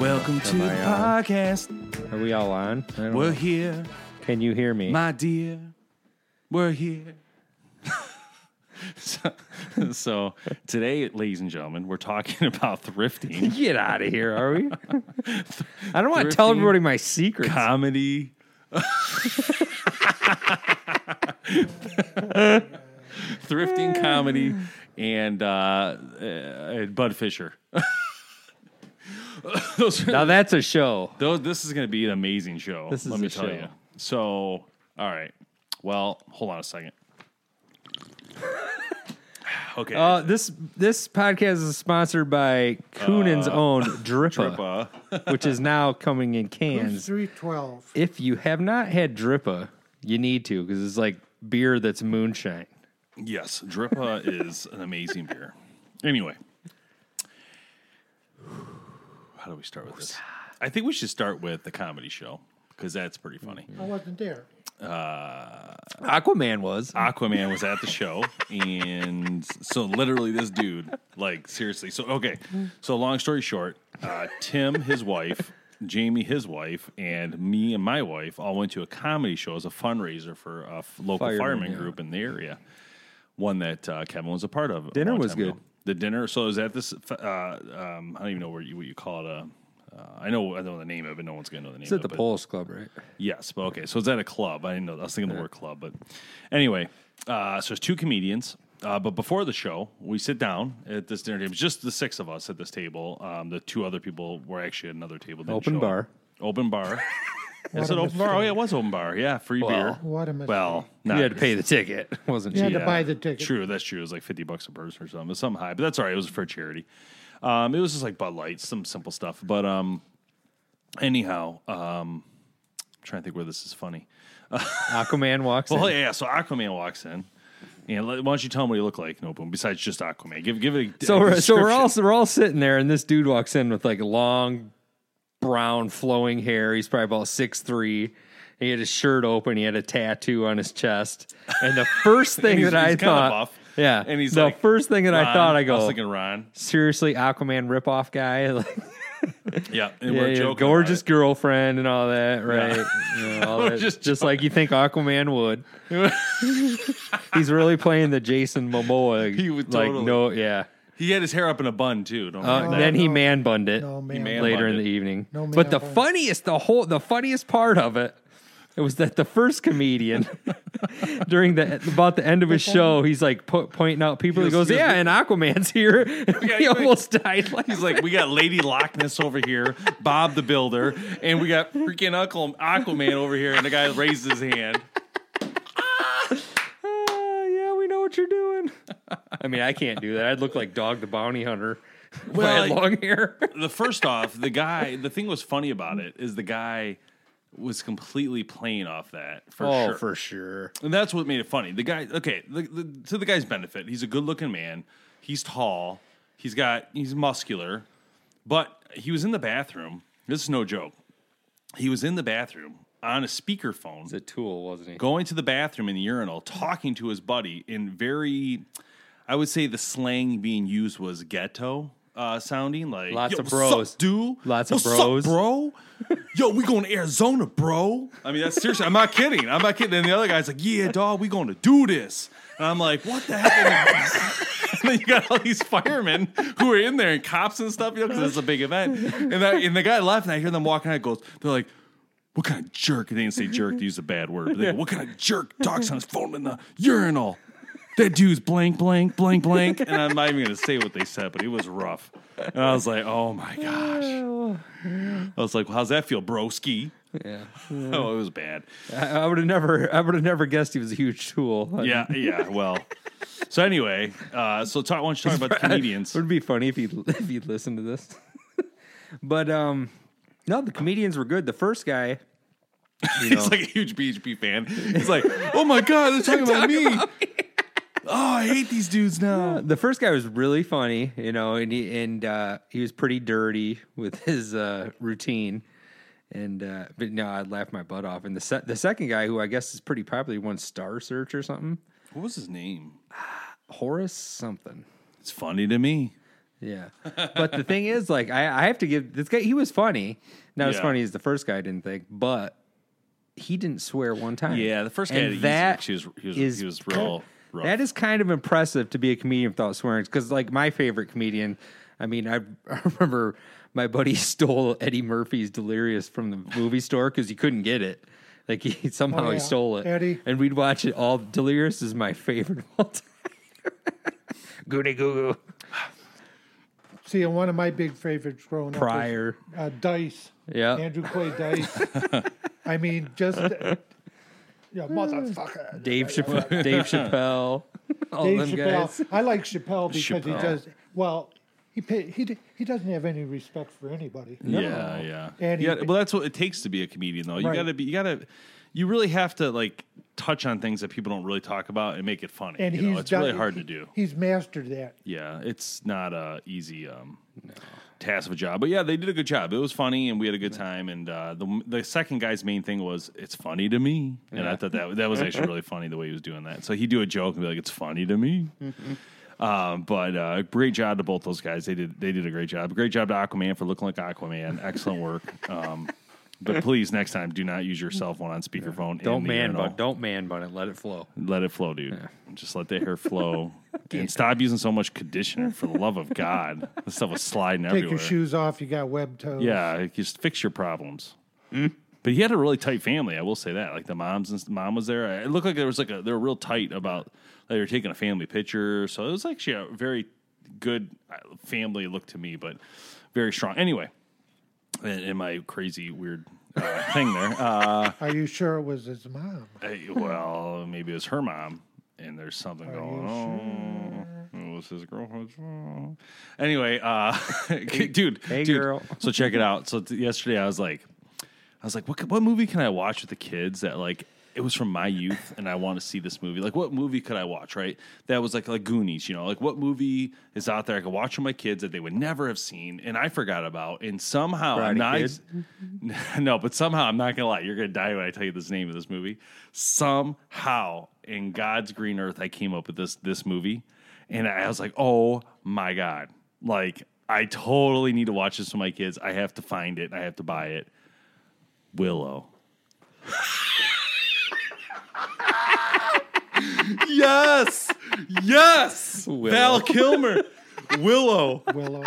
Welcome to Am the I podcast. Are we all on? I don't We're know. here, Can you hear me? my dear. We're here. so, so today, ladies and gentlemen, we're talking about thrifting, Get out of here, are we? I don't want to tell Thrifting. everybody my secrets. comedy. thrifting comedy and uh, uh, Bud Fisher. Those are Now that's a show. Those, this is going to be an amazing show. This let is me a tell show. you. So, all right. Well, hold on a second. okay. Uh, this this podcast is sponsored by Coonin's own Uh, Drippa, Trippa. which is now coming in cans. Three twelve. If you have not had Drippa, you need to because it's like beer that's moonshine. Yes, Drippa is an amazing beer. Anyway, how do we start with this? I think we should start with the comedy show because that's pretty funny. I wasn't there. Aquaman was. Aquaman was at the show, and so literally this dude, like seriously. So okay, so long story short, uh, Tim, his wife, Jamie, his wife, and me and my wife all went to a comedy show as a fundraiser for a f- local Firemen, fireman, yeah. group in the area. One that uh, Kevin was a part of. a Dinner long was time ago. good. The dinner. So it was at this. Uh, um, I don't even know where you, what you call it. Uh, uh, I know I know the name of it. but No one's gonna know the name. It's at of the it. Polish Club, right? Yes, but okay. So it's at a club. I didn't know. I was thinking the word club, but anyway. Uh, so there's two comedians. Uh, but before the show, we sit down at this dinner table. It's Just the six of us at this table. Um, the two other people were actually at another table. didn't Open show up. bar. Open bar. Is a it open bar? Oh yeah, it was open bar. Yeah, free beer. What a mistake. Well, You not had to pay the ticket. wasn't You cheap. had to buy the ticket. True, that's true. It was like fifty bucks a person or something. It's something high, but that's all right. It was for charity. Um, it was just like Bud Light, some simple stuff. But um, anyhow, um, I'm trying to think where this is funny. Aquaman walks Well, in. yeah. So Aquaman walks in, and let, why don't you tell him what he looked like? No, boom. Besides just Aquaman, give give it. A, So a we're, so we're all description. we're all sitting there, and this dude walks in with like long, brown, flowing hair. He's probably about six three. He had his shirt open. He had a tattoo on his chest. And the first thing And he's- that I he's kinda thought, buff. yeah, And he's the like, first thing that I Ron. thought, I was go, thinking Ron. seriously, Aquaman ripoff guy, like Yeah, and yeah, we're yeah, joking. about gorgeous it. girlfriend and all that, right? You know, all We're that. just Just, like you think Aquaman would. he's really playing the Jason Momoa. He would like totally. no, yeah. He had his hair up in a bun too. Don't Uh, forget that. then he no. man bunned it No man. man- later in bunned the it. evening. No man but the bunned it. funniest, the whole, the funniest part of it, it was that the first comedian during the about the end of his show, he's like po- pointing out people. He goes, goes- he goes, "Yeah, and Aquaman's here." Yeah, he he- almost died. Like, He's like, we got Lady Loch Ness over here, Bob the Builder, and we got freaking Uncle Aquaman over here, and the guy raised his hand. "Ah, "Yeah, we know what you're doing." I mean, I can't do that. I'd look like Dog the Bounty Hunter. if I Well, had I- long hair. the first off, the guy, the thing was funny about it is the guy was completely playing off that for oh, sure. for sure. And that's what made it funny. The guy, okay, the, the, to the guy's benefit, he's a good looking man. He's tall. He's got, he's muscular. But he was in the bathroom. This is no joke. He was in the bathroom on a speakerphone, He's a tool, wasn't he? going to the bathroom in the urinal, talking to his buddy in very, I would say the slang being used was ghetto. uh, sounding like Lots "Yo, of what's up, bros. dude. Lots of What's up, bros." bro. Yo, we going to Arizona, bro. I mean, that's seriously. I'm not kidding. I'm not kidding. And the other guy's like, "Yeah, dog, we going to do this." And I'm like, "What the heck?" and then you got all these firemen who are in there and cops and stuff, you know, because it's a big event. And that, and the guy left, and I hear them walking. out goes, "They're like." What kind of jerk? They didn't say jerk. They used a bad word. But they go, what kind of jerk talks on his phone in the urinal? that dude's blank, blank, blank, blank. And I'm not even going to say what they said, but it was rough. And I was like, oh my gosh. I was like, well, how's that feel, broski? Yeah. Oh, it was bad. I, I would have never I would have never guessed he was a huge tool. Yeah, yeah, well. So anyway, uh, so talk, why don't you talk about the comedians? It would be funny if he if he'd listen to this. but um no, the comedians were good. The first guy you know, He's like a huge BHP fan. He's like, oh my God, they're talking about me. Oh, I hate these dudes now. the first guy was really funny, you know, and he and uh, he was pretty dirty with his uh, routine. And uh, but no, I laughed my butt off. And the se- the second guy, who I guess is pretty popular, won Star Search or something, What was his name? Horace something. It's funny to me. Yeah, but the thing is, like, I, I have to give this guy. He was funny, not as Yeah. funny as the first guy. I didn't think, but he didn't swear one time. Yeah, the first guy had it and easy. that She was- he was- is he was real rough. That is kind of impressive to be a comedian without swearing, because like my favorite comedian. I mean, I, I remember my buddy stole Eddie Murphy's Delirious from the movie store because he couldn't get it. Like he somehow Oh, yeah. he stole it, Eddie. and we'd watch it all. Delirious is my favorite of all time. Goody goo goo. See, and one of my big favorites growing up Prior. was uh, Dice. Yeah. Andrew Clay Dice. I mean, just yeah, motherfucker. Dave Chappelle, Dave Chappelle, all Dave them Chappelle. guys. I like Chappelle because Chappelle. he does well. He pay, he d- he doesn't have any respect for anybody. Yeah, yeah. And You he- gotta- well, that's what it takes to be a comedian, though. You Right. gotta be, you gotta, you really have to like touch on things that people don't really talk about and make it funny. And you he's know, it's done- really hard to do. He's mastered that. Yeah, it's not a easy um, task of a job, but yeah, they did a good job. It was funny, and we had a good time. And uh, the the second guy's main thing was it's funny to me, and I thought that that was actually really funny the way he was doing that. So he'd do a joke and be like, "It's funny to me." Um, but uh, great job to both those guys. They did they did a great job. Great job to Aquaman for looking like Aquaman. Excellent work. Um, but please, next time, do not use your cell phone on speakerphone. in Don't the man urinal. bun. Don't man bun it. Let it flow. Let it flow, dude. Just let the hair flow. and stop using so much conditioner for the love of God. This stuff was sliding Take everywhere. your shoes off. You got web toes. Yeah, like, just fix your problems. But he had a really tight family. I will say that. Like the moms and mom was there. It looked like there was like a they were real tight about like they were taking a family picture. So it was actually a very good uh, family look to me, but very strong. Anyway, in, in my crazy weird uh, thing there. Are you sure it was his mom? Hey, Uh, well, maybe it was her mom, and there's something going on. It was his girlfriend's mom. Anyway, uh, dude, hey, dude, girl. So check it out. So t- yesterday, I was like, I was like, what c- what movie can I watch with the kids that like it was from my youth and I want to see this movie? Like, what movie could I watch? Right, that was like like Goonies. You know, like what movie is out there I could watch with my kids that they would never have seen and I forgot about, and somehow Karate I'm not. Kid. ex- no, but somehow I'm not gonna lie. You're gonna die when I tell you this name of this movie. Somehow, in God's green earth, I came up with this this movie, and I was like, oh my god, like I totally need to watch this with my kids. I have to find it. I have to buy it. Willow. yes, yes, Willow. Val Kilmer. Willow Willow.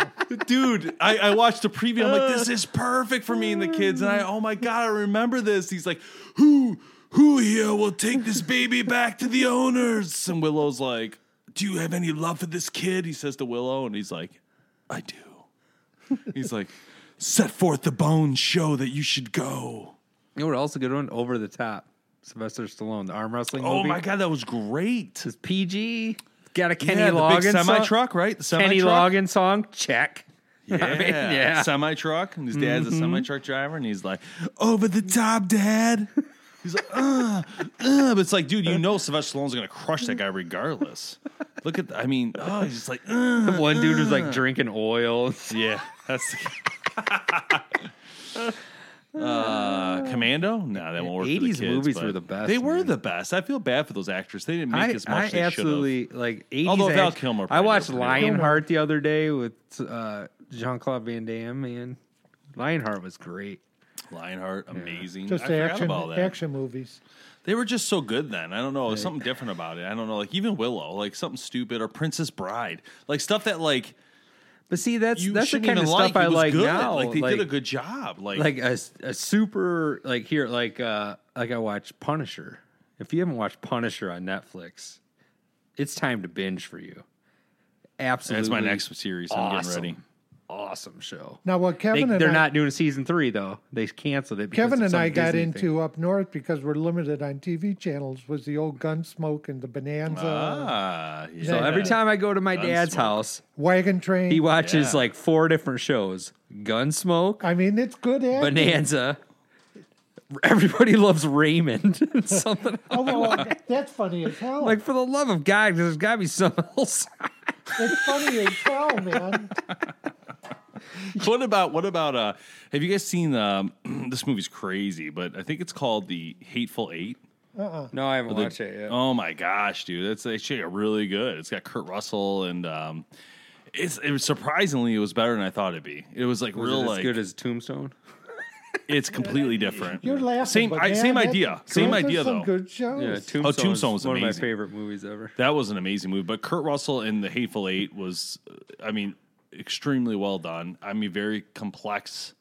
dude I, I watched the preview i'm like this is perfect for me and the kids and i oh my god i remember this he's like who who here will take this baby back to the owners and willow's like do you have any love for this kid he says to willow and he's like i do he's like set forth the bones show that you should go You know what else a good one? Over the top. Sylvester Stallone, the arm wrestling oh movie. my god that was great It's PG. Got a Kenny yeah, the Loggins big semi song. truck right the Kenny semi-truck? Loggins song. Check. Yeah, I mean, yeah. Mm-hmm. semi truck. And his dad's a semi truck driver, and he's like, "Over the top, dad." He's like, "Uh, uh," but it's like, dude, you know, Sylvester Stallone's gonna crush that guy regardless. Look at, I mean, oh, he's just like, "Uh." One dude was like drinking oil. yeah, that's. uh, Commando? No, that won't work. 80s 80s movies were the best, They were man. the best. I feel bad for those actors. They didn't make I, as much I as they should absolutely like 80s. Although Val act- Kilmer I played watched it pretty Lionheart the other day with uh, Jean Claude Van Damme. Man, Lionheart was great. have. Lionheart, amazing. Just I the forgot action about that. action movies. They were just so good then. I don't know. There's something different about it. I don't know. Like even Willow, like something stupid, or Princess Bride, like stuff that like But see, that's you that's the shouldn't kind of even stuff like. It I was like good. now. Like they did a good job. Like, like a, a super like here like uh like I watch Punisher. If you haven't watched Punisher on Netflix, it's time to binge for you. Absolutely, that's my next series. I'm getting ready. Awesome show. Now what They, Kevin and they're I, not doing season three though. They canceled it. because Kevin of and some I got Disney into thing. up north because we're limited on TV channels was the old Gunsmoke and the Bonanza Ah, yeah. So every time I go to my dad's Gunsmoke. house, wagon train. he watches Yeah. like four different shows: Gunsmoke, I mean, it's good. Act. Bonanza. Everybody loves Raymond. Something Oh, well, that's funny as hell. like for the love of God, there's got to be something else. it's funny as hell, man. what about what about uh? Have you guys seen um? this movie's crazy, but I think it's called the Hateful Eight. No, I haven't watched it Oh my gosh, dude, that's actually really good. It's got Kurt Russell and um, it's it was surprisingly it was better than I thought it'd be. It was like Was it real as like Oh, good as Tombstone? it's completely different. You're laughing. Same but I, man, same that's- idea. Same those are idea some though. Good shows. Tombstone. Tombstone was one of my amazing. favorite movies ever. That was an amazing movie. But Kurt Russell in The Hateful Eight was, uh, I mean, extremely well done. I mean, very complex.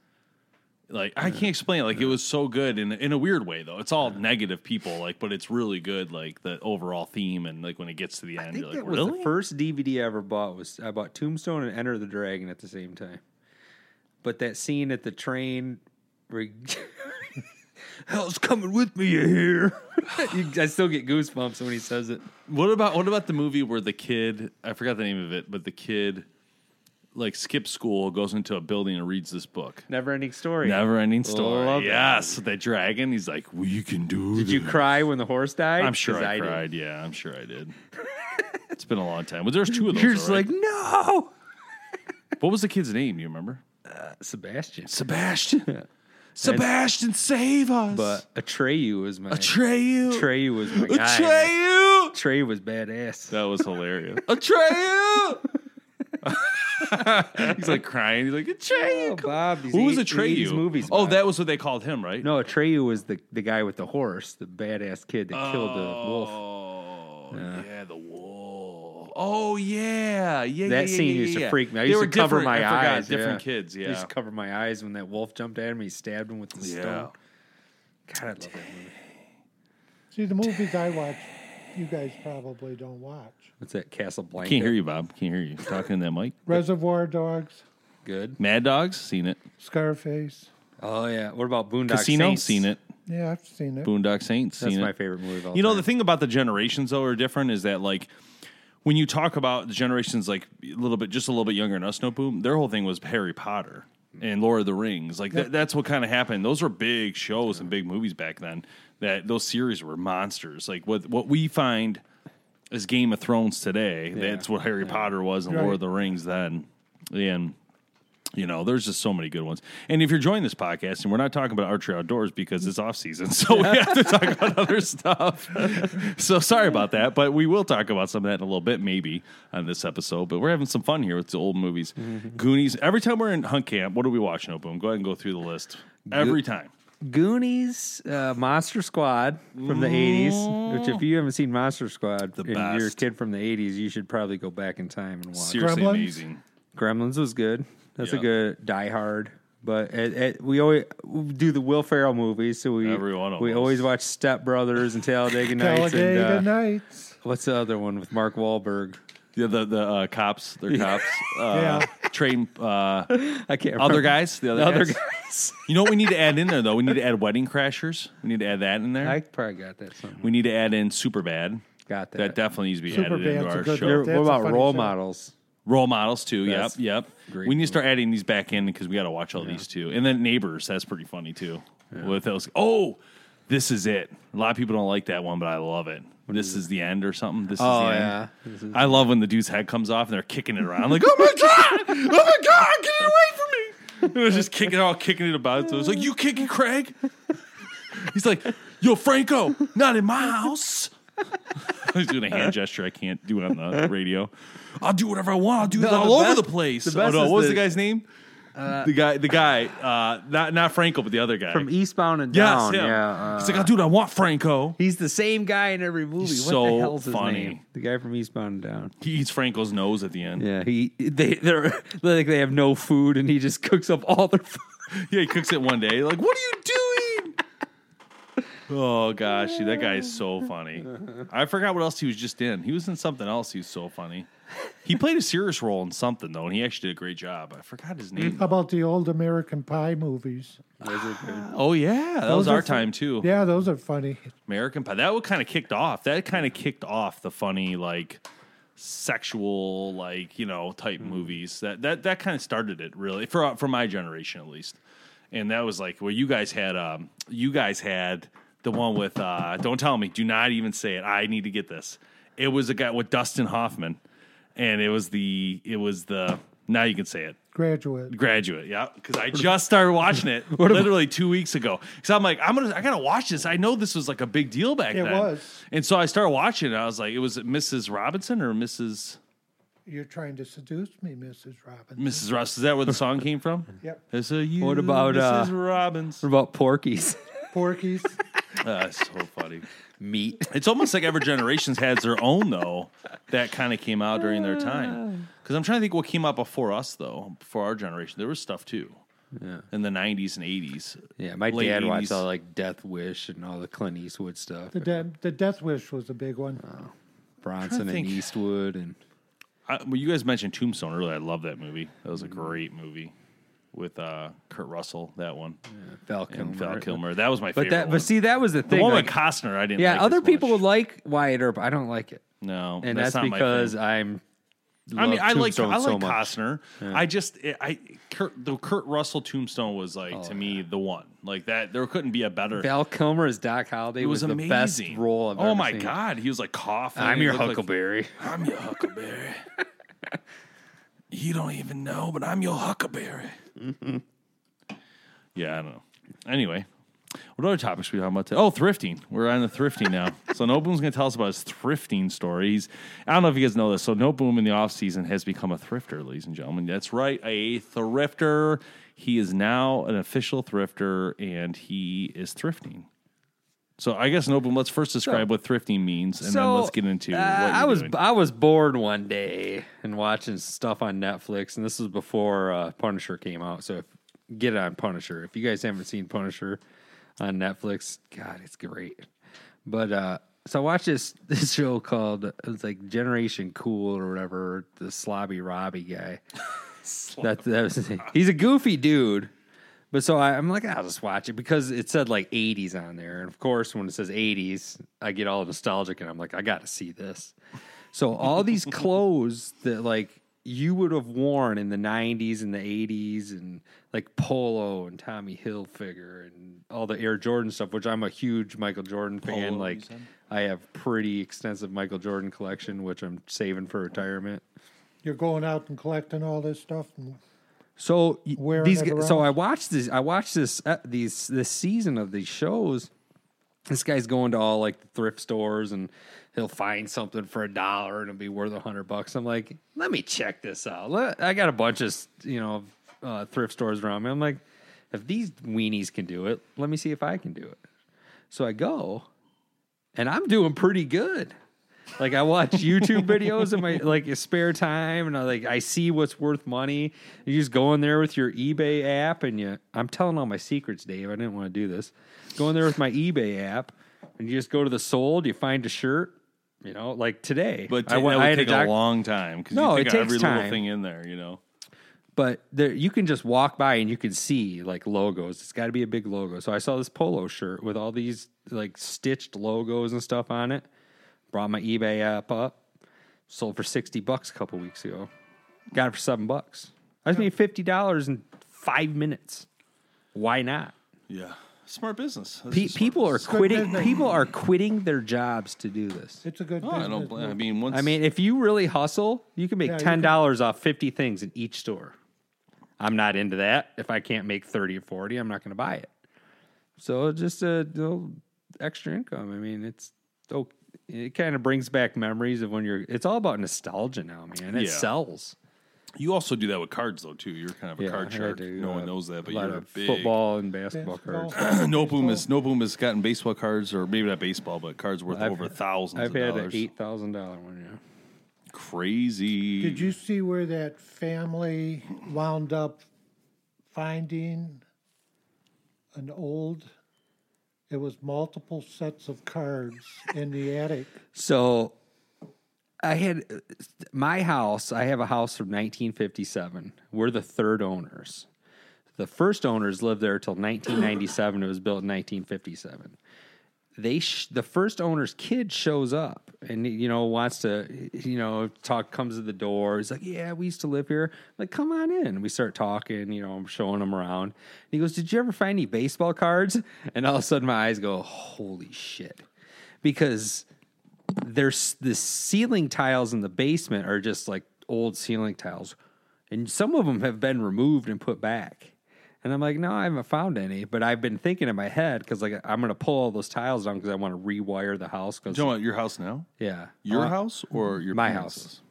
Like I can't explain it. Like it was so good in in a weird way though. It's all negative people like, but it's really good. Like the overall theme and like when it gets to the end, I think you're like, that was really? the first DVD I ever bought. Was I bought Tombstone and Enter the Dragon at the same time? But that scene at the train, where he- hell's coming with me, you hear? You- I still get goosebumps when he says it. What about what about the movie where the kid I forgot the name of it, but the kid like skips school, goes into a building and reads this book. Never ending story. Never ending story. Love that yes, the dragon. He's like, we can do. Did you this." cry when the horse died? I'm sure 'Cause I, did. cried. Yeah, I'm sure I did. it's been a long time. Well, there's two of those. You're just though, right? like no, what was the kid's name? Do you remember? Sebastian. Sebastian. Sebastian, save us. But Atreyu was my Atreyu. Atreyu was my guy. man. Atreyu. Atreyu was badass. That was hilarious. Atreyu. He's like crying. He's like Atreyu. Oh, Bob, these Who was 80s Atreyu? movies, oh, Bob. that was what they called him, right? No, Atreyu was the, the guy with the horse, the badass kid that killed the wolf. Oh, yeah. the wolf. Oh yeah, yeah. yeah, That yeah, scene yeah, used yeah. to freak me. I They used were to cover different- my I forgot, eyes. Different yeah. kids. I used Yeah. to cover my eyes when that wolf jumped at him. He stabbed him with the Yeah. stone. God, I love that movie. See, the movies I watch, you guys probably don't watch. What's that? Casablanca. Can't hear you, Bob. Can't hear you. Talking to that mic. Reservoir Dogs, Good. Mad Dogs, seen it. Scarface. Oh yeah. What about Boondock Casino, Saints? seen it. Yeah, I've seen it. Boondock Saints, That's seen my it. favorite movie. Of all You know, the time. thing about the generations though are different is that like when you talk about the generations like a little bit, just a little bit younger than us, no boom, their whole thing was Harry Potter and Lord of the Rings. Like that, that's what kind of happened. Those were big shows and big movies back then. That those series were monsters. Like what what we find as Game of Thrones today, that's what Harry Potter was and Lord of the Rings then. And you know, there's just so many good ones. And if you're joining this podcast, and we're not talking about archery outdoors because it's off season, so we have to talk about other stuff. so sorry about that, but we will talk about some of that in a little bit, maybe on this episode. But we're having some fun here with the old movies, Goonies. Every time we're in hunt camp, what are we watching? Open, go ahead and go through the list every time. Goonies, uh, Monster Squad from the '80s. Which, if you haven't seen Monster Squad, and you're a best. kid from the '80s, you should probably go back in time and watch. Seriously Gremlins? amazing. Gremlins was good. That's Yeah. a good Die Hard. But it, it, we always we do the Will Ferrell movies, so we Every one of we us. always watch Step Brothers and Talladega Nights. And, Talladega uh, Nights. What's the other one with Mark Wahlberg? Yeah, the the uh, cops, they're cops. Uh, Train uh, I can't. Remember. other guys, the other, The other guys. guys. You know what we need to add in there though? We need to add Wedding Crashers. We need to add that in there. I probably got that. Something. We need to add in Superbad. Got that. That definitely needs to be added Superbad's into a our good show. There- one. That's a what about funny role show. models? Role models too. That's yep, yep. great We need to start adding these back in because we got to watch all these too. And then Neighbors. That's pretty funny too. With those, oh, this is it. A lot of people don't like that one, but I love it. this is, the end or something. This Oh, is the yeah. This end. I love when the dude's head comes off and they're kicking it around. like, oh my god, oh my god, get it away from me! And they're just kicking, all kicking it about. So it's like, you kicking Craig. He's like, "Yo, Franco, not in my house." He's doing a hand gesture I can't do on the radio. I'll do whatever I want. I'll do it the all over best- the place. the oh best no, is what was the, the- guy's name? the guy, the guy, uh, not not Franco, but the other guy from Eastbound and Yes, Down. him. Yeah, uh, He's like, "I'll do what I want, Franco." he's the same guy in every movie. He's what so the hell's his funny. name? The guy from Eastbound and Down. He eats Franco's nose at the end. Yeah, he they they're like they have no food and he just cooks up all their food. Yeah, he cooks it one day. Like, what are you doing? Oh gosh, dude, that guy is so funny. I forgot what else he was just in. He was in something else. He was so funny. He played a serious role in something though, and he actually did a great job. I forgot his name. How about the old American Pie movies? Oh yeah, that was are our fun- time too. Yeah, those are funny. American Pie. That kind of kicked off. That kind of kicked off the funny like sexual like you know type movies. That that that kind of started it really for for my generation at least. And that was like where you guys had um you guys had the one with uh don't tell me do not even say it I need to get this. It was a guy with Dustin Hoffman, and it was the it was the now you can say it Graduate. graduate yeah because i just started watching it literally two weeks ago because i'm like i'm gonna i gotta watch this i know this was like a big deal back It then was. and so i started watching it i was like it was mrs robinson or mrs You're trying to seduce me, Mrs. Robinson. mrs ross is that where the song came from Yep. it's a you, What about, uh, mrs robbins What about Porky's Porky's. that's so funny meat? It's almost like every generation's had their own though that kind of came out during their time. Because I'm trying to think what came out before us though, before our generation. There was stuff too. In the 90s and 80s. Yeah, my Late dad 80s. watched all like Death Wish and all the Clint Eastwood stuff. the, de- the Death Wish was a big one. Uh. Bronson and think. Eastwood and I, well, you guys mentioned Tombstone earlier. I love that movie. That was a Mm-hmm. great movie with uh, Kurt Russell. That one Val Kilmer. and Val Kilmer. That was my But favorite. that, one. but see, that was the the thing. one like- with Costner, I didn't. yeah, like other as people much. would like Wyatt Earp. I don't like it, No, and that's, that's, not my thing. because I'm. I mean, love I like Tombstone I like so much. Costner. I just I- I Kurt, the Kurt Russell Tombstone was like to me the one like that. There couldn't be a better. Oh, Val Kilmer as Doc Holliday it was, the amazing. best role. I've oh ever my seen. god, he was like coughing. I'm He your looked like- Huckleberry. I'm your Huckleberry. you don't even know, but I'm your Huckleberry. Mm-hmm. yeah, I don't know. Anyway, what other topics we talking about today? Oh, thrifting. We're on the thrifting now. so Noboom's going to tell us about his thrifting stories. I don't know if you guys know this. So Noboom in the off season has become a thrifter, ladies and gentlemen. That's right, a thrifter. He is now an official thrifter, and he is thrifting. So I guess Noboom, let's first describe what thrifting means, and then let's get into. uh, what you're I was doing. I was bored one day and watching stuff on Netflix, and this was before uh, Punisher came out. So if, get it on Punisher. If you guys haven't seen Punisher on Netflix, God, it's great. But uh, so I watched this this show called it was like Generation Cool or whatever. The Slobby Robbie guy. that, that was his name. he's a goofy dude. But so I, I'm like, I'll just watch it because it said like 80s on there. And of course, when it says 80s, I get all nostalgic and I'm like, I got to see this. So all these clothes that like you would have worn in the 90s and the 80s and like polo and Tommy Hilfiger and all the Air Jordan stuff, which I'm a huge Michael Jordan fan. like I have pretty extensive Michael Jordan collection, which I'm saving for retirement. You're going out and collecting all this stuff. And So y- Wearing these, it gu- so around. I watched this. I watched this. Uh, these this season of these shows. This guy's going to all like the thrift stores and he'll find something for a dollar and it'll be worth a hundred bucks. I'm like, let me check this out. Let- I got a bunch of you know uh, thrift stores around me. I'm like, if these weenies can do it, let me see if I can do it. So I go, and I'm doing pretty good. Like I watch YouTube videos in my like spare time, and I like I see what's worth money. You just go in there with your eBay app, and you. I'm telling all my secrets, Dave. I didn't want to do this. Go in there with my eBay app, and you just go to the sold. You find a shirt. You know, like today. But I I went- that would I had take a, doc- long time because No, you think it of takes every little time. thing in there, you know. but there you can just walk by and you can see like logos. It's got to be a big logo. So I saw this polo shirt with all these like stitched logos and stuff on it. Brought my eBay app up. Sold for 60 bucks a couple weeks ago. Got it for 7 bucks. I was made $50 in 5 minutes. Why not? Yeah, smart business. That's Pe- just smart people are business. quitting people are quitting their jobs to do this. it's a good No, Oh, I don't business blame. I move. mean, once I mean, if you really hustle, you can make Yeah, you ten can- dollars off fifty things in each store. I'm not into that. If I can't make thirty or forty, I'm not going to buy it. So just a little extra income. I mean, it's oh, it kind of brings back memories of when you're. It's all about nostalgia now, man. It Yeah. sells. You also do that with cards though too. You're kind of a card I shark. do, no one uh, knows that, but lot you're a of big football and basketball cards. No boom has no boom has gotten baseball cards or maybe not baseball, but cards worth I've- over 1000s I've of had an dollars. eight thousand dollar one. Yeah. Crazy. Did you see where that family wound up finding an old? It was multiple sets of cards in the attic. So I had my house, I have a house from 1957. We're the third owners. The first owners lived there till 1997. it was built in 1957. They sh- the first owner's kid shows up and you know wants to you know talk comes to the door. He's like, "Yeah, we used to live here." I'm like, "Come on in." We start talking. You know, I'm showing him around. And he goes, "Did you ever find any baseball cards?" And all of a sudden, my eyes go, "Holy shit!" Because there's the ceiling tiles in the basement are just like old ceiling tiles, and some of them have been removed and put back. And I'm like, no, I haven't found any, but I've been thinking in my head because like I'm gonna pull all those tiles down because I want to rewire the house. Because talking about your house now? yeah, Your Uh, house or your my parents' house.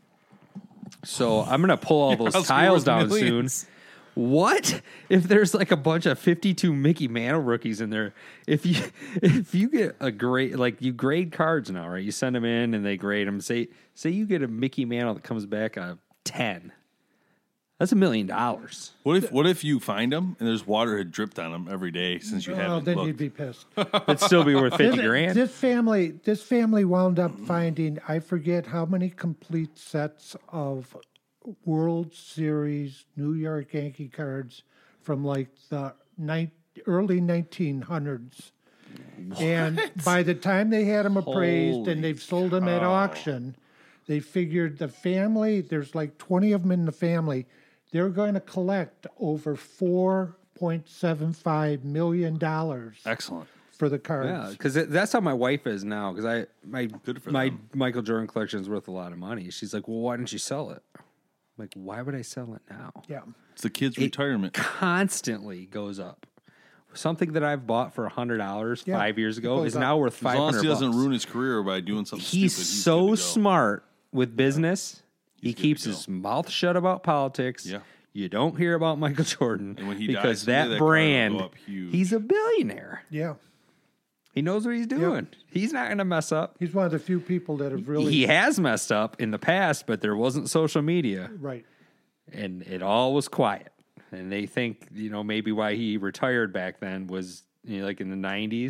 So I'm gonna pull all house those is tiles worth down millions. soon. What if there's like a bunch of 52 Mickey Mantle rookies in there? If you if you get a grade like you grade cards now, right? You send them in and they grade them. Say say you get a Mickey Mantle that comes back a 10. That's a million dollars. What if what if you find them and there's water had dripped on them every day since you Oh, haven't then looked? you'd be pissed. That'd still be worth 50 This- grand. This family, this family wound up finding I forget how many complete sets of World Series New York Yankee cards from like the nine, early 1900s. And by the time they had them appraised Holy and they've sold them at auction, they figured the family, there's like 20 of them in the family, they're going to collect over $4.75 million Excellent. for the cards. Yeah, because that's how my wife is now. Because I my for my Michael Jordan collection is worth a lot of money. She's like, well, why didn't you sell it? I'm like, why would I sell it now? Yeah. It's the kids' retirement. Constantly goes up. Something that I've bought for hundred dollars Yeah, five years it ago goes is up. now worth As five long hundred. as he doesn't ruin his career by doing something He's, stupid, he's good so to go. smart with business. He good to keeps go. his mouth shut about politics. Yeah. You don't hear about Michael Jordan And when he dies, because someday that that card will go brand, up huge. he's a billionaire. Yeah. He knows what he's doing. He's not going to mess up. He's one of the few people that have really he has messed up in the past, but there wasn't social media right. and it all was quiet. And they think, you know, maybe why he retired back then was you know, like in the 90s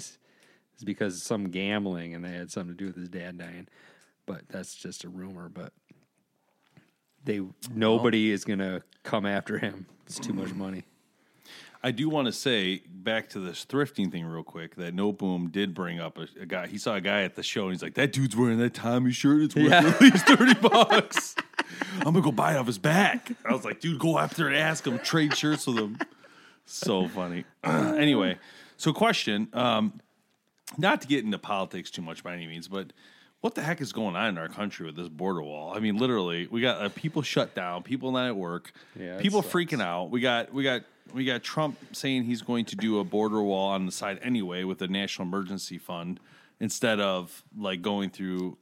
is because of some gambling and they had something to do with his dad dying. But that's just a rumor, but they nobody is going to come after him. It's too much money. I do want to say back to this thrifting thing real quick that No Boom did bring up a, a guy. He saw a guy at the show and he's like, "That dude's wearing that Tommy shirt. It's worth at least thirty bucks. I'm gonna go buy it off his back." I was like, "Dude, go after and ask him. Trade shirts with him." So funny. anyway, so question: um, not to get into politics too much by any means, but what the heck is going on in our country with this border wall? I mean, literally, we got uh, people shut down, people not at work, Yeah, it people sucks. freaking out. We got we got we got Trump saying he's going to do a border wall on the side anyway with the national emergency fund instead of like going through.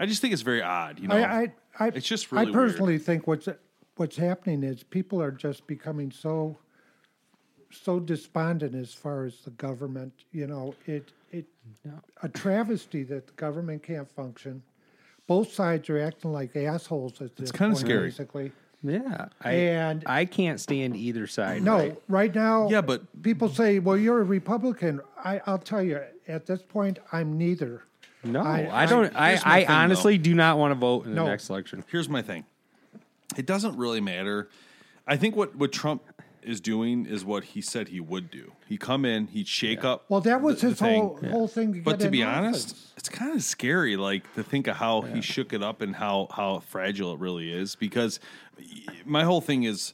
I just think it's very odd. You know, I, I, I It's just really I weird. personally think what's what's happening is people are just becoming so so despondent as far as the government. You know, it it a travesty that the government can't function. Both sides are acting like assholes at this kinda point, scary. basically. Yeah. I And- I can't stand either side. No, right? right, now. Yeah, but- people say, "Well, you're a Republican." I, I'll tell you, at this point, I'm neither. No, I- I, I- don't. I, here's my I, thing, though. honestly do not want to vote in No. the next election. here's my thing. It doesn't really matter. I think what what Trump is doing is what he said he would do. He come in, he'd shake up. Well, that the- was the his thing. whole whole thing. To But get to in be office. honest, it's kind of scary, like to think of how he shook it up and how how fragile it really is. Because my whole thing is,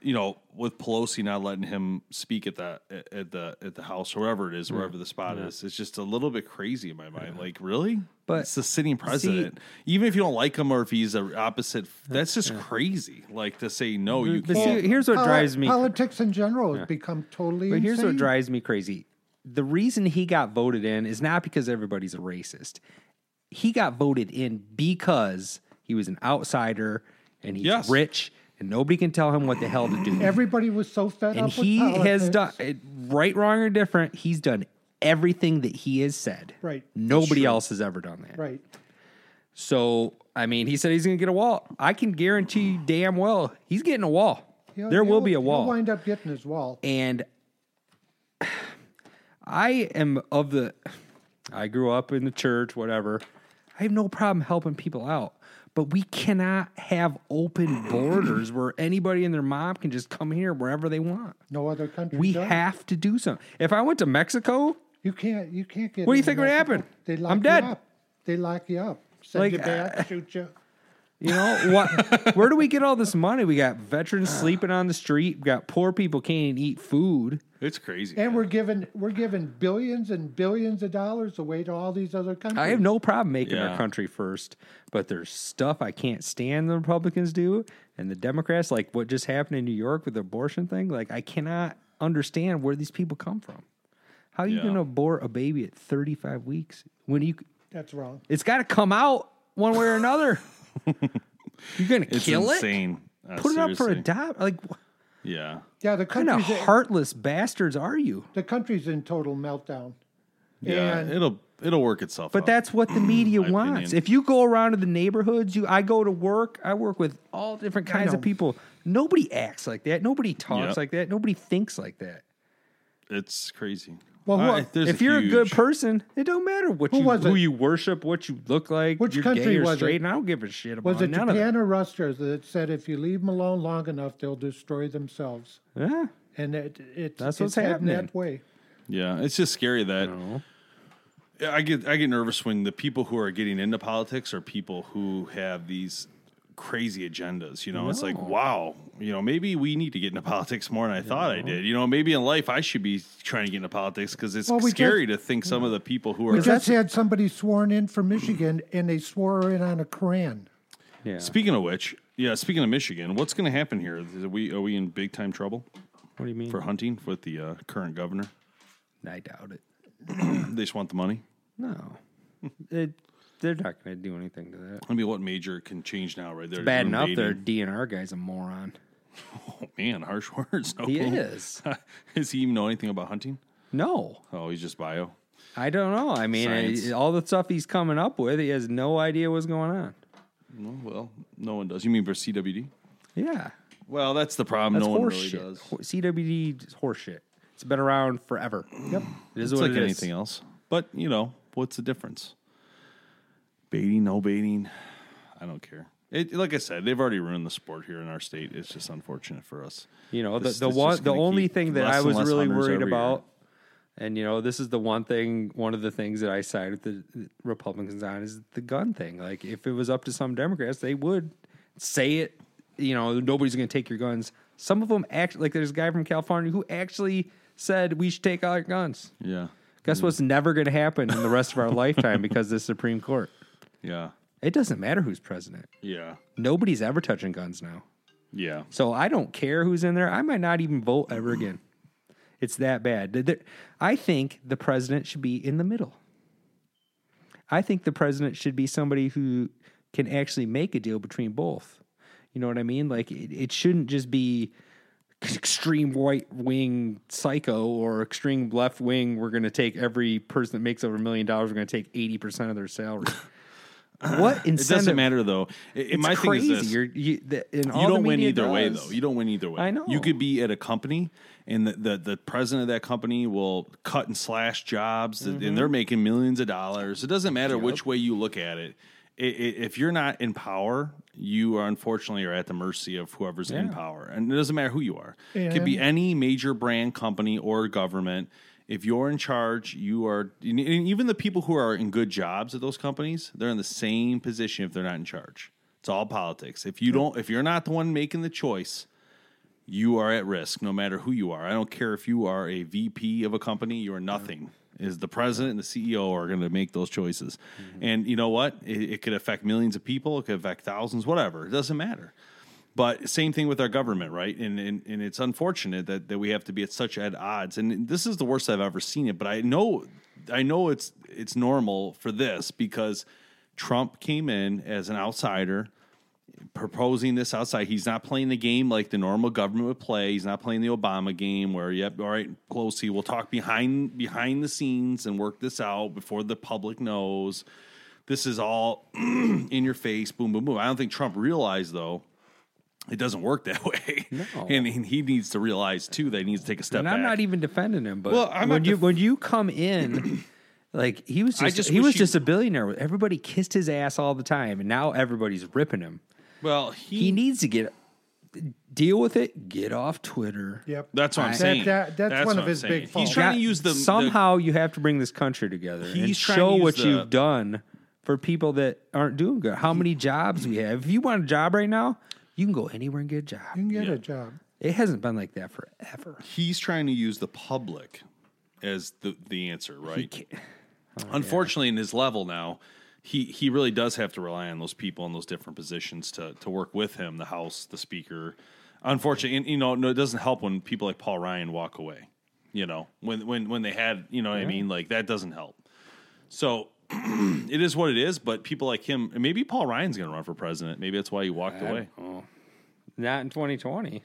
you know, with Pelosi not letting him speak at the at the at the House, wherever it is, wherever the spot is, it's just a little bit crazy in my mind. Like, really? But- it's the sitting president. Even if you don't like him or if he's the opposite, that's just crazy. Like to say no, you But can't. see, here's what Poli- drives me. Politics in general has become totally. But here's what insane. drives me crazy. the reason he got voted in is not because everybody's a racist. He got voted in because he was an outsider and he's Yes. rich and nobody can tell him what the hell to do. Everybody was so fed and up with he has politics. done it- right, wrong, or different. He's done everything that he has said. Right. That's Nobody else has ever done that. Right. So, I mean, he said he's going to get a wall. I can guarantee you damn well he's getting a wall. He'll- there will he'll- be a He'll wall. wind up getting his wall. And I am of the, I grew up in the church, whatever. I have no problem helping people out, but we cannot have open borders where anybody and their mom can just come here wherever they want. No other country. We does. have to do something. If I went to Mexico, You can't. You can't get. What do you into think would Mexico. happen? They I'm lock you dead. Up. They lock you up. Send Like, uh, you back. shoot you. You know what? where do we get all this money? We got veterans sleeping on the street. We got poor people can't even eat food. It's crazy. And we're giving we're giving billions and billions of dollars away to all these other countries. I have no problem making our Yeah. country first, but there's stuff I can't stand the Republicans do and the Democrats, like what just happened in New York with the abortion thing. Like I cannot understand where these people come from. How are you Yeah. going to abort a baby at 35 weeks when you? That's wrong. It's got to come out one way or another. You're going to it's kill insane. Uh, it. Put it up for seriously. adopt. Like what Yeah. Yeah, the kind of countries. heartless bastards are you? the country's in total meltdown. Yeah. And- it'll it'll work itself But out. that's what the media my wants. opinion. If you go around to the neighborhoods, you I go to work, I work with all different kinds of know. people. Nobody acts like that. Nobody talks Yep. like that. Nobody thinks like that. it's crazy. Well, who- I- there's if you're a good huge- person, it don't matter what you was who it? you worship, what you look like, Which you're country gay or was it? straight, and I don't give a shit about Was it none Japan or Russia that said if you leave them alone long enough, they'll destroy themselves? of that. Yeah. And it, it, That's it's what's heading happening. that way. yeah, it's just scary that Yeah, I get I get nervous when the people who are getting into politics are people who have these crazy agendas. You know, it's like wow, you know, maybe we need to get into politics more than I thought I did. You know, maybe in life I should be trying to get into politics because it's Well, we scary to think some of the people who We are. just had somebody sworn in from Michigan, and they swore in on a Koran. Yeah. Speaking of which, yeah, speaking of Michigan, what's going to happen here? Is we are we in big time trouble what do you mean? for hunting with the uh, current governor? I doubt it. They just want the money. No. It- they're not going to do anything to that. I mean, what major can change now? Right there, Bad You're enough, their invading- DNR guy's a moron. Oh, man, harsh words. No He clue. is. Does he even know anything about hunting? No. Oh, he's just bio. I don't know. I mean, Science. uh, all the stuff he's coming up with, he has no idea what's going on. No, well, no one does. You mean for CWD? Yeah, Well, that's the problem. that's no one really horseshit. does. Ho- CWD is horseshit. It's been around forever. Yep, it is It's what like it is. anything else. But you know, what's the difference? Baiting, no baiting. I don't care. It, like I said, they've already ruined the sport here in our state. It's just unfortunate for us. You know, the This- the it's one, just the gonna only keep thing that less I and was less really hunters worried every year. about, and you know, this is the one thing, one of the things that I side with the the Republicans on is the gun thing. Like, if it was up to some Democrats, they would say it. You know, nobody's going to take your guns. Some of them act like there's a guy from California who actually said we should take all your guns. Yeah, Mm-hmm. Guess what's never going to happen in the rest of our lifetime because of the Supreme Court? yeah, It doesn't matter who's president. yeah, Nobody's ever touching guns now. yeah. So I don't care who's in there. I might not even vote ever again. It's that bad. Did there- I think the president should be in the middle. I think the president should be somebody who can actually make a deal between both. You know what I mean? Like it, it shouldn't just be extreme right wing psycho or extreme left wing. We're going to take every person that makes over a million dollars. We're going to take eighty percent of their salary. what It incentive? doesn't matter though. It, it- It's my crazy. thing is this. You're, you, the, and all you the don't win media either way does- though. You don't win either way. I know. You could be at a company and the, the, the president of that company will cut and slash jobs and Mm-hmm. they're making millions of dollars. It doesn't matter which way you look at it. I- i if you're not in power, you are unfortunately are at the mercy of whoever's in power. And it doesn't matter who you are. it could be any major brand company or government. If you're in charge, you are and and even the people who are in good jobs at those companies, they're in the same position if they're not in charge. It's all politics. If you don't, if you're not the one making the choice, you are at risk, no matter who you are. I don't care if you are a VP of a company, you are nothing. Is the president and the CEO are going to make those choices, and you know what? It, it could affect millions of people. It could affect thousands. Whatever. It doesn't matter. But same thing with our government, right? And and, and it's unfortunate that, that we have to be at such at odds. And this is the worst I've ever seen it. But I know I know it's it's normal for this because Trump came in as an outsider proposing this outside. He's not playing the game like the normal government would play. He's not playing the Obama game where, yep, all right, Pelosi, we'll talk behind behind the scenes and work this out before the public knows. This is all in your face, boom, boom, boom. I don't think Trump realized though. It doesn't work that way, and, and he needs to realize too that he needs to take a step and back. I'm not e- even defending him, but Well, I'm when not you def- when you come in, like he was just, I just he wish was you- just a billionaire. Everybody kissed his ass all the time, and now everybody's ripping him. well, Mm. He needs to get deal with it. Get off Twitter. Yep. That's what I'm That- saying. that- that's one what of I'm his saying. big He's faults. trying Got- to use the somehow you have to bring this country together and He's trying to show use what the- you've done for people that aren't doing good. How many jobs we have? If you want a job right now, you can go anywhere and get a You job. can get a job. It hasn't been like that forever. The, he's trying to use the public as the the answer, right? He ca- unfortunately in his level now he he really does have to rely on those people in those different positions to to work with him the house the speaker unfortunately and, you know no it doesn't help when people like paul ryan walk away you know when when when they had you know what i mean like that doesn't help so it is what it is but people like him and maybe paul ryan's going to run for president maybe that's why he walked away Not in 2020.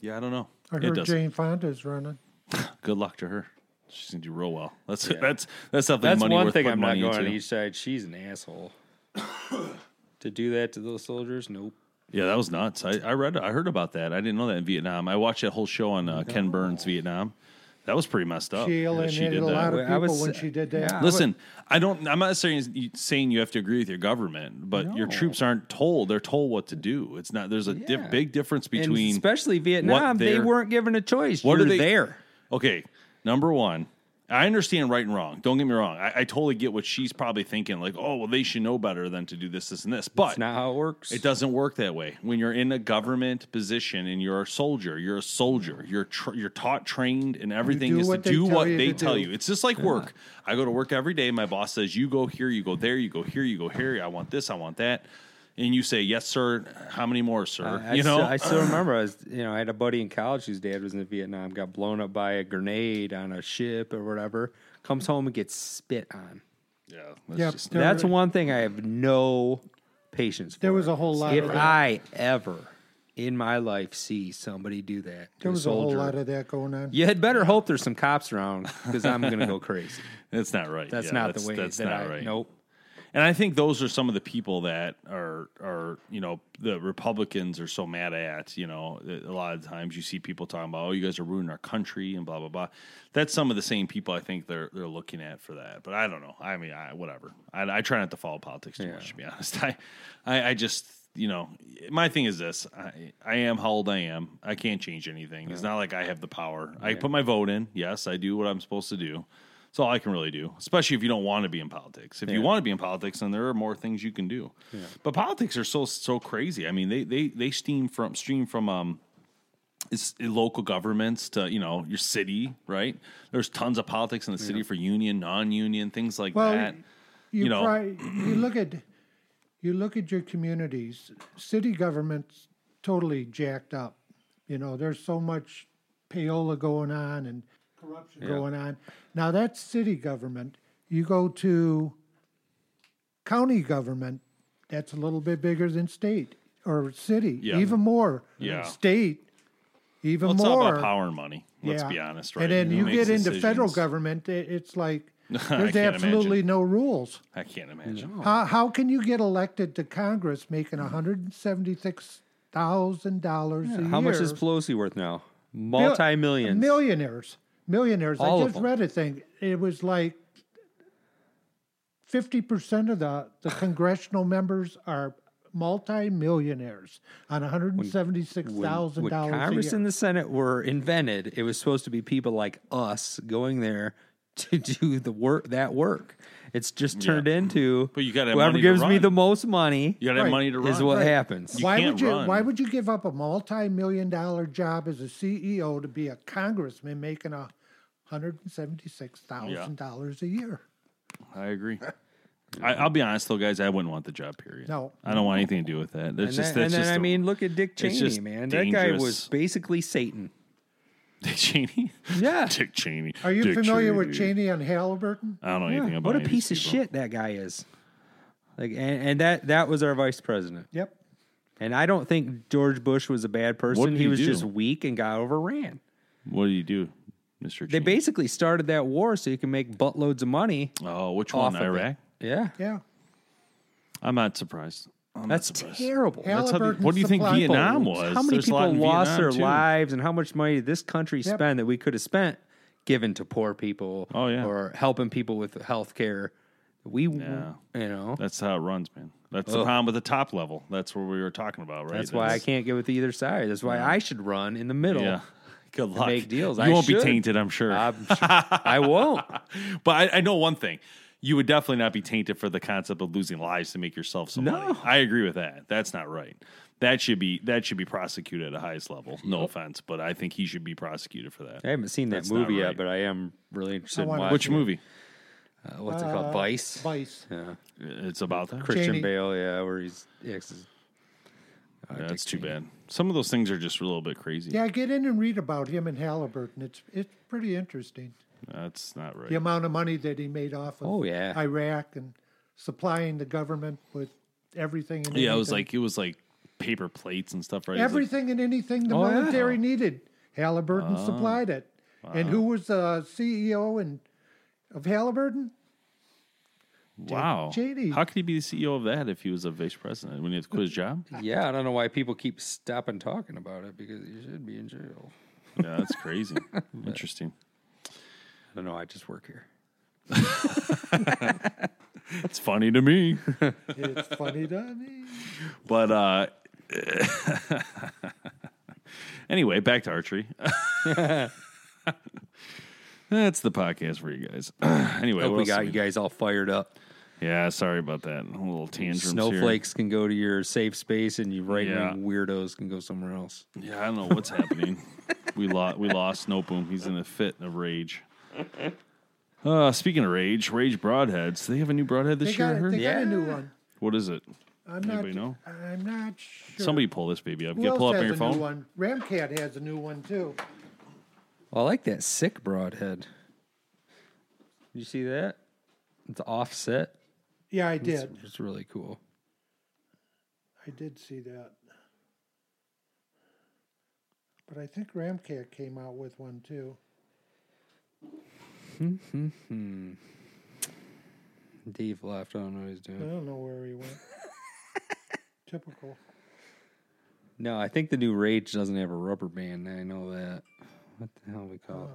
yeah i don't know I it heard doesn't Jane Fonda's running. good luck to her she's going to do real well that's that's that's definitely That's money one worth thing putting I'm not money going into. on each side. She's an asshole. to do that to those soldiers? Nope. Yeah, that was nuts. I, I read, I heard about that. I didn't know that in Vietnam. I watched that whole show on uh, Ken Burns Vietnam. That was pretty messed up. She that alienated a lot of Well, I people was- when she did that. yeah. Listen, I don't. I'm not saying you- saying you have to agree with your government, but your troops aren't told. They're told what to do. It's not. There's a Yeah. diff, big difference And between, especially Vietnam, they they're- weren't given a choice. What are You're they- there. Okay, number one, I understand right and wrong. Don't get me wrong. I, I totally get what she's probably thinking. Like, oh well, they should know better than to do this, this, and this. But That's not how it works. It doesn't work that way. When you're in a government position and you're a soldier, you're a soldier. You're tr- you're taught, trained, and everything do is to what they do tell what you they to tell do. you. It's just like work. I go to work every day. My boss says, "You go here, you go there, you go here, you go here. I want this, I want that," and you say, "Yes, sir. How many more, sir?" I, you know, still, I still remember. I was, you know, I had a buddy in college whose dad was in Vietnam, got blown up by a grenade on a ship or whatever. Comes home and gets spit on. yeah, that's Yeah, just- there, That's one thing I have no patience for. there was a whole lot if of that. I ever in my life see somebody do that, to There was a whole soldier, lot of that going on. You had better hope there's some cops around because I'm going to go crazy. that's not right. That's Yeah, not that's- the way. That's that not I, right. Nope. And I think those are some of the people that are are you know the Republicans are so mad at. You know, a lot of times you see people talking about, oh, you guys are ruining our country and blah blah blah. That's some of the same people I think they're they're looking at for that. But I don't know. I mean, I, whatever. I, I try not to follow politics too much, to be honest. I, I I just you know my thing is this. I I am how old I am. I can't change anything. It's not like I have the power. I put my vote in. Yes, I do what I'm supposed to do. It's all I can really do, especially if you don't want to be in politics. If you want to be in politics, then there are more things you can do. But politics are so so crazy. I mean, they they they steam from stream from um, it's eh, local governments to you know your city, right? There's tons of politics in the city for union, non-union, things like Well, that. you, you know. pri- you look at you look at your communities city governments totally jacked up you know there's so much payola going on and corruption going on now that's city government you go to county government that's a little bit bigger than state or city Yeah. even more Yeah. state even Well, it's all more about power and money. Let's be honest, right? and then Who you makes get into federal decisions? government it, it's like I there's can't absolutely imagine. no rules I can't imagine. Oh. how, how can you get elected to Congress making Hmm. $176,000 a year? How much is Pelosi worth now? Mil- Multi millions. Millionaires. Millionaires. All I of just them. read a thing. It was like 50% of the, the congressional members are multimillionaires on $176,000 when a Congress year. and the Senate were invented, it was supposed to be people like us going there to do the work that work. It's just turned into But you gotta have whoever money to gives me run. the most money You got to have Right. money to run. is what happens. You why can't would you run. why would you give up a multi-million dollar job as a CEO to be a congressman making a $176,000 a year? I agree. I, I'll be honest though, guys. I wouldn't want the job. Period. No. I don't want anything to do with that. That's And, just then, and that's then, just I the- mean, look at Dick it's Cheney, just man. That guy was dangerous. basically Satan. Dick Cheney. Yeah. Dick Cheney. Are you Dick familiar with dude. Cheney and Halliburton? I don't know anything about What a any piece of these people. shit that guy is. Like, and, and that that was our vice president. Yep. And I don't think George Bush was a bad What did person. He he was do? just weak and got overran. What do you do, Mister? They Cheney? basically started that war so you can make buttloads of money oh, which off one? of it. Iraq. Yeah, Yeah. I'm not surprised. I'm that's not surprised. terrible. That's how they- Halliburton what do you think supply Vietnam folds. was? how many There's a lot people in lost Vietnam, their too. lives and how much money this country Yep. spent that we could have spent given to poor people Oh, yeah. or helping people with health care we Yeah. you know That's how it runs, man. That's the problem with the top level. That's what we were talking about, right? that's why i can't get with either side that's why i should run in the middle Yeah. Good luck. make deals. You I won't should. be tainted, I'm sure. I'm sure- i won't but I, I know one thing. You would definitely not be tainted for the concept of losing lives to make yourself some money. I agree with that. That's not right. That should be that should be prosecuted at the highest level. No offense, but I think he should be prosecuted for that. i haven't seen that That's not movie yet right. but i am really interested in wonder- watching Which it. movie? Uh, what's it called vice Vice. It's about that. christian Cheney. bale yeah where he's yeah, 'cause he's- Yeah, that's too bad. Some of those things are just a little bit crazy. Yeah, get in and read about him and Halliburton. It's it's pretty interesting. That's not right. The amount of money that he made off of Oh, yeah. Iraq and supplying the government with everything and Yeah, it was anything. like it was like paper plates and stuff, right? It was like- everything and anything the Oh, yeah. military needed. Halliburton Oh, supplied it. And who was the CEO and of Halliburton? wow, Cheney. How could he be the CEO of that if he was a vice president when he had to quit his job? yeah i don't know why people keep stopping talking about it because you should be in jail yeah, that's crazy. Interesting. i don't know i just work here That's funny to me. It's funny to me. But uh anyway, back to archery. That's the podcast for you guys. anyway, Hope what we else do got you guys all fired up. Yeah, sorry about that. A little tantrum. Snowflakes can go to your safe space, and you right Yeah. wing weirdos can go somewhere else. Yeah, I don't know what's happening. We lost. We lost Snowboom. He's in a fit of rage. Uh, speaking of rage, Rage Broadheads. They have a new broadhead They, this year. I got, heard. they got a new Yeah. one. What is it? I'm Anybody not, know? I'm not sure. Somebody pull this baby up. Who Get else pull up has on your a phone. new one? Ramcat has a new one too. I like that sick broadhead. You see that? It's offset. Yeah, I It's, did. it's really cool. I did see that. But I think Ramcat came out with one too. Dave left. I don't know what he's I doing. don't know where he went. Typical. No, I think the new Rage doesn't have a rubber band. I know that. What the hell we call it?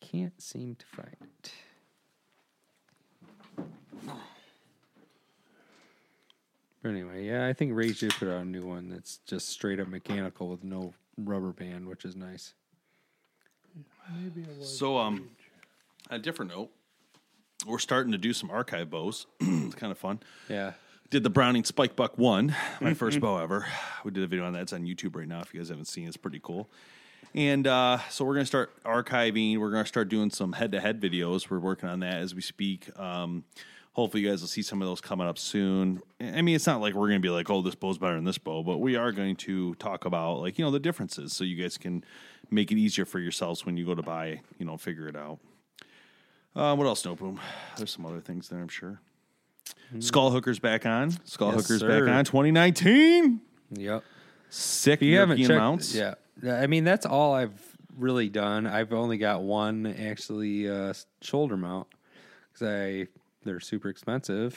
Can't seem to find it. But anyway, yeah, I think Rage did put out a new one that's just straight up mechanical with no rubber band, which is nice. Maybe it was. So, um, on a different note, we're starting to do some archive bows. it's kind of fun. Yeah. Did the Browning Spike Buck one, my first bow ever. We did a video on that. It's on YouTube right now. If you guys haven't seen, it, it's pretty cool. And uh, so we're gonna start archiving. We're gonna start doing some head to head videos. We're working on that as we speak. Um, hopefully, you guys will see some of those coming up soon. I mean, it's not like we're gonna be like, oh, this bow's better than this bow, but we are going to talk about like you know the differences, so you guys can make it easier for yourselves when you go to buy. You know, figure it out. Uh, what else? No boom. There's some other things there, I'm sure. Skull Hooker's back on. Skull Hmm. Yes, Hooker's sir. back on. 2019. Yep. Sick If you haven't European checked, mounts. yeah. I mean, that's all I've really done. I've only got one actually uh, shoulder mount because I they're super expensive,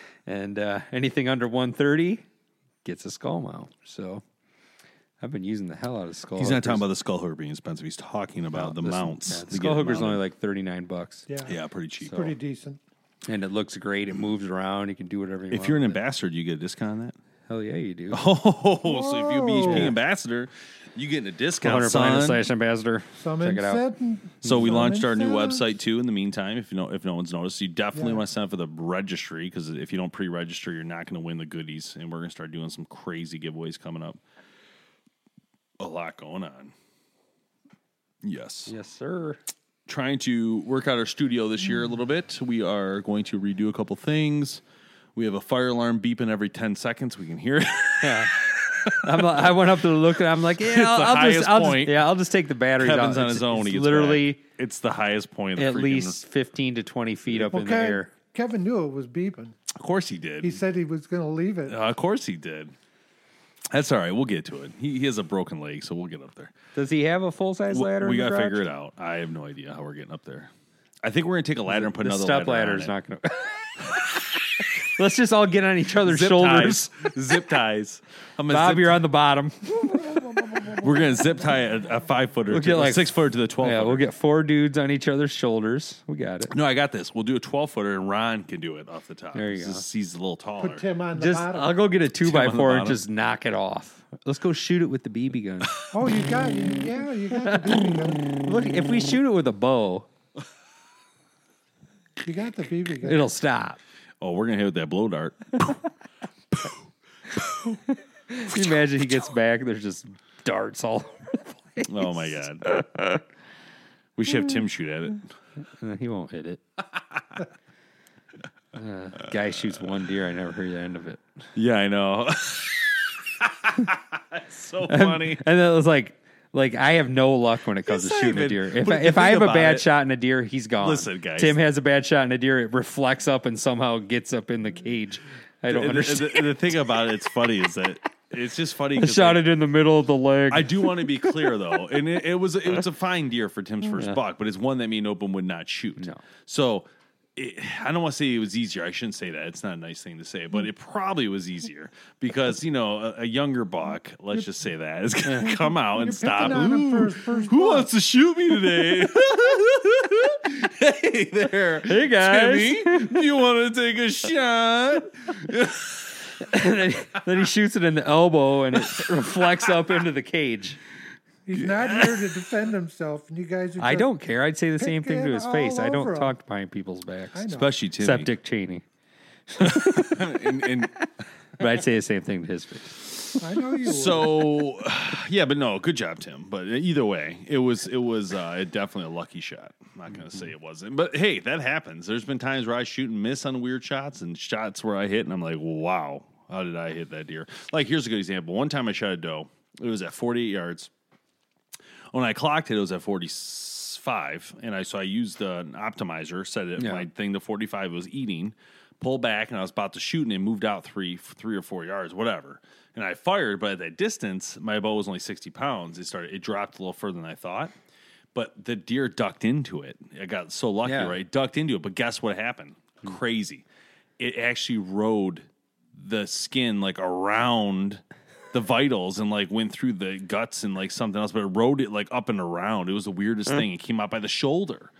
and uh, anything under one thirty gets a skull mount. So I've been using the hell out of skull. He's not talking hookers. about the skull hooker being expensive. He's talking about the This- mounts. yeah, to the get skull it hooker's mounted. only like thirty nine bucks, yeah, yeah, pretty cheap. pretty decent. and it looks great. It moves around. You can do whatever you want. If you're an with it. ambassador, do you get a discount on that. hell yeah, you do. Oh, so if you're a BHP ambassador, you getting a discount. Hunter Blindness son. slash ambassador. Some Check it out. So we Some launched our new incentives. website too. In the meantime, if you know if no one's noticed, you definitely Yeah. want to sign up for the registry because if you don't pre-register, you're not going to win the goodies. And we're going to start doing some crazy giveaways coming up. A lot going on. Yes. Yes, sir. Trying to work out our studio this Mm. year a little bit. We are going to redo a couple things. We have a fire alarm beeping every 10 seconds. We can hear it. Yeah. I'm, like- I went up to look and I'm like, yeah, I'll, the I'll highest just, I'll point. just, yeah, I'll just take the batteries out. Kevin's on It's- his own. it's He gets literally back. It's the highest point of the at freaking- least 15 to 20 feet up in the Okay. air. Kevin knew it was beeping. Of course he did. He said he was going to leave it. Uh, of course he did. That's all right. We'll get to it. He, he has a broken leg, so we'll get up there. Does he have a full size ladder? we got gotta to figure it out. I have no idea how we're getting up there. I think we're gonna take a ladder and put The another step ladder. ladder on is it. not going to. Let's just all get on each other's zip shoulders. ties. zip ties. I'm gonna Bob, zip- you're on the bottom. we're gonna zip tie a, a five footer, We'll to, get a like- six footer to the twelve. Yeah, we'll get four dudes on each other's shoulders. We got it. no, I got this. We'll do a twelve footer, and Ron can do it off the top. There you He's- go. He's a little taller. Put Tim on the Just uh, bottom. I'll go get a two Tim by on the four and bottom. just knock it off. Let's go shoot it with the BB gun. oh, you got yeah, you got the BB gun. Look, if we shoot it with a bow, You got the BB gun. it'll stop. oh, we're gonna hit with that blow dart. Can you imagine he gets back? There's just darts all over the place. Oh my god. We should have Tim shoot at it. Uh, He won't hit it. Uh, guy shoots one deer. I never hear the end of it. Yeah, I know. so funny. And then it was like, like I have no luck when it comes It's to not shooting a even- deer. If but I, the if I thing have a about bad it- shot in a deer, he's gone. Listen, guys. Tim has a bad shot in a deer. It reflects up and somehow gets up in the cage. I don't And the, understand. and the- and the thing about it, it's funny is that it's just funny. I 'cause, shot like, it in the middle of the leg. I do want to be clear though, and it, it was it was a fine deer for Tim's first buck, but it's one that me and Open would not shoot. No. So it, I don't want to say it was easier. I shouldn't say that. It's not a nice thing to say, but it probably was easier because you know a, a younger buck, let's just say that, is going to come out and stop. on him for his Uh, "Ooh, first who buck." wants to shoot me today? hey there, Hey, guys. Timmy, you want to take a shot? then, he- then he shoots it in the elbow and it reflects up into the cage. He's not here to defend himself, and you guys. Are I just- don't care. I'd say the same thing to Picking his face. all I don't over 'em. talk behind people's backs, I know. Especially Timmy. except Dick Cheney. And- and But I'd say the same thing to his face. I know you. would. So, yeah, but no, good job, Tim. But either way, it was it was uh, definitely a lucky shot. I'm not gonna say it wasn't, but hey, that happens. There's been times where I shoot and miss on weird shots, and shots where I hit, and I'm like, wow, how did I hit that deer? Like, here's a good example. One time I shot a doe. It was at 48 yards. When I clocked it, it was at 45, and I so I used uh, an optimizer, set it Yeah. my thing to 45. It was eating, pulled back, and I was about to shoot, and it moved out three, three or four yards, whatever. And I fired, but at that distance, my bow was only 60 pounds. It started, it dropped a little further than I thought. But the deer ducked into it. I got so lucky, Yeah. right? Ducked into it. But guess what happened? Crazy. It actually rode the skin like around the vitals and like went through the guts and like something else, but it rode it like up and around. It was the weirdest thing. It came out by the shoulder.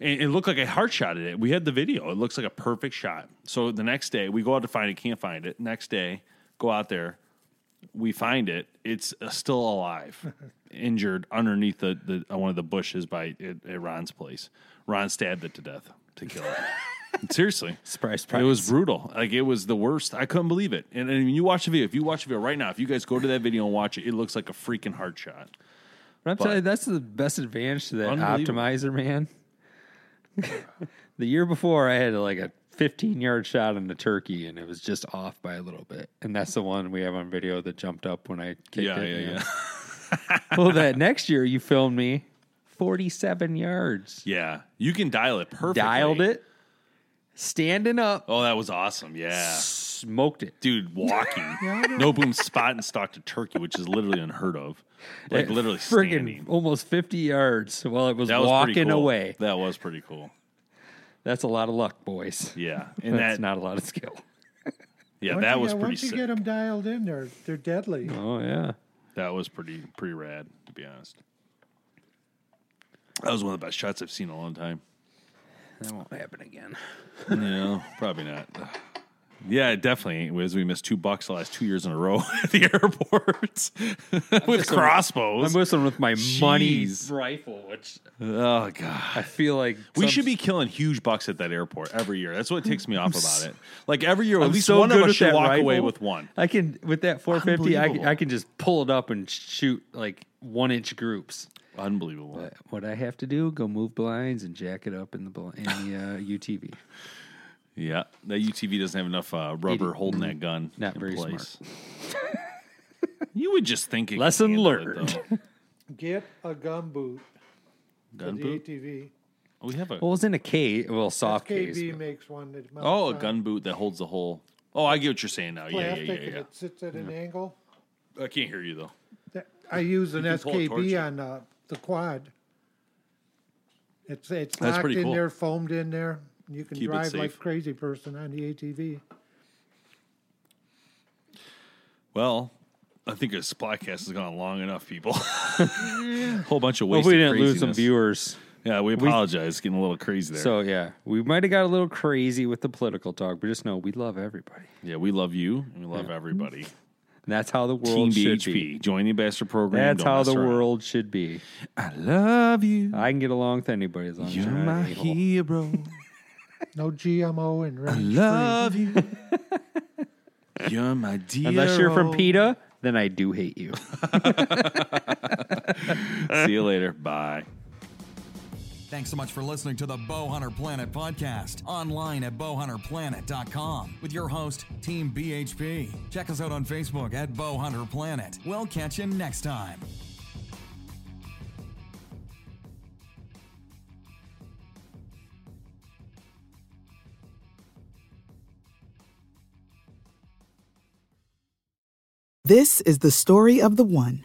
And it looked like I heart shot at it. We had the video. It looks like a perfect shot. So the next day, we go out to find it, can't find it. Next day, go out there, we find it. It's uh, still alive, injured underneath the, the uh, one of the bushes by at, at Ron's place. Ron stabbed it to death to kill it. Seriously, Surprise, surprise. It was brutal. Like it was the worst. I couldn't believe it. And, and you watch the video. If you watch the video right now, if you guys go to that video and watch it, it looks like a freaking heart shot. But I'm telling you, that's the best advantage to that Unbelievable. optimizer, man. the year before, I had like a 15 yard shot on the turkey, and it was just off by a little bit. And that's the one we have on video that jumped up when I kicked Yeah, it. yeah, you know. well, that next year you filmed me 47 yards, Yeah, you can dial it perfectly. dialed it, standing up, Oh, that was awesome. Yeah. smoked it. Dude, walking. no boom spot and stalked a turkey, which is literally unheard of. Like At literally friggin' standing. almost 50 yards while it was That was pretty walking cool. away. That was pretty cool. That's a lot of luck, boys. Yeah, and that's that not a lot of skill. yeah, Once that you was get- pretty Once you sick. get them dialed in, they're they're deadly. Oh, yeah. That was pretty pretty rad, to be honest. That was one of the best shots I've seen in a long time. That won't happen again. No, probably not. Yeah, it definitely ain't. As we missed two bucks the last two years in a row at the airport with I'm crossbows. whistling with my money Jeez. rifle, which oh god. I feel like We some- should be killing huge bucks at that airport every year. That's what takes me off about it. Like every year, I'm at least so one good of us with should that walk rifle. away with one. I can with that 450. I can, Unbelievable. I can just pull it up and shoot like one inch groups. Unbelievable. But what I have to do, go move blinds and jack it up in the bl- in the uh, UTV. Yeah, that UTV doesn't have enough uh, rubber holding that gun. mm, Not in very place. you would just think. It Lesson could handle learned. It, though. Get a gum boot for gun the boot. ATV. Oh, we have a Well, it's in a case, well, soft KB case. makes one. that mounts uh, oh a on gun boot that holds the whole. Oh, I get what you're saying now. Yeah, Plastic yeah, yeah, and it sits at an angle. yeah. I can't hear you though. That- I use an can pull it towards you. SKB on uh, the quad. It's it's That's locked pretty in cool. there, foamed in there. You can Keep it drive like safe. crazy person on the ATV. Well, I think this podcast has gone long enough, people. Whole bunch of Well, wasted. if we didn't lose some craziness. viewers. Yeah, we apologize. Getting a little crazy there. So yeah, we might have got a little crazy with the political talk, but just know we love everybody. yeah, we love you and we love everybody. And that's how the Team world should be. BHP, join the ambassador program. That's Don't how mess the around. world should be. I love you. I can get along with anybody as long as You're you're not my an a-hole. hero. No GMO and range love you. You're my dear. Unless you're from PETA, then I do hate you. See you later. Bye. Thanks so much for listening to the Bowhunter Planet podcast, online at bowhunterplanet.com with your host, Team BHP. Check us out on Facebook at Bowhunter Planet. We'll catch you next time. This is the story of the one.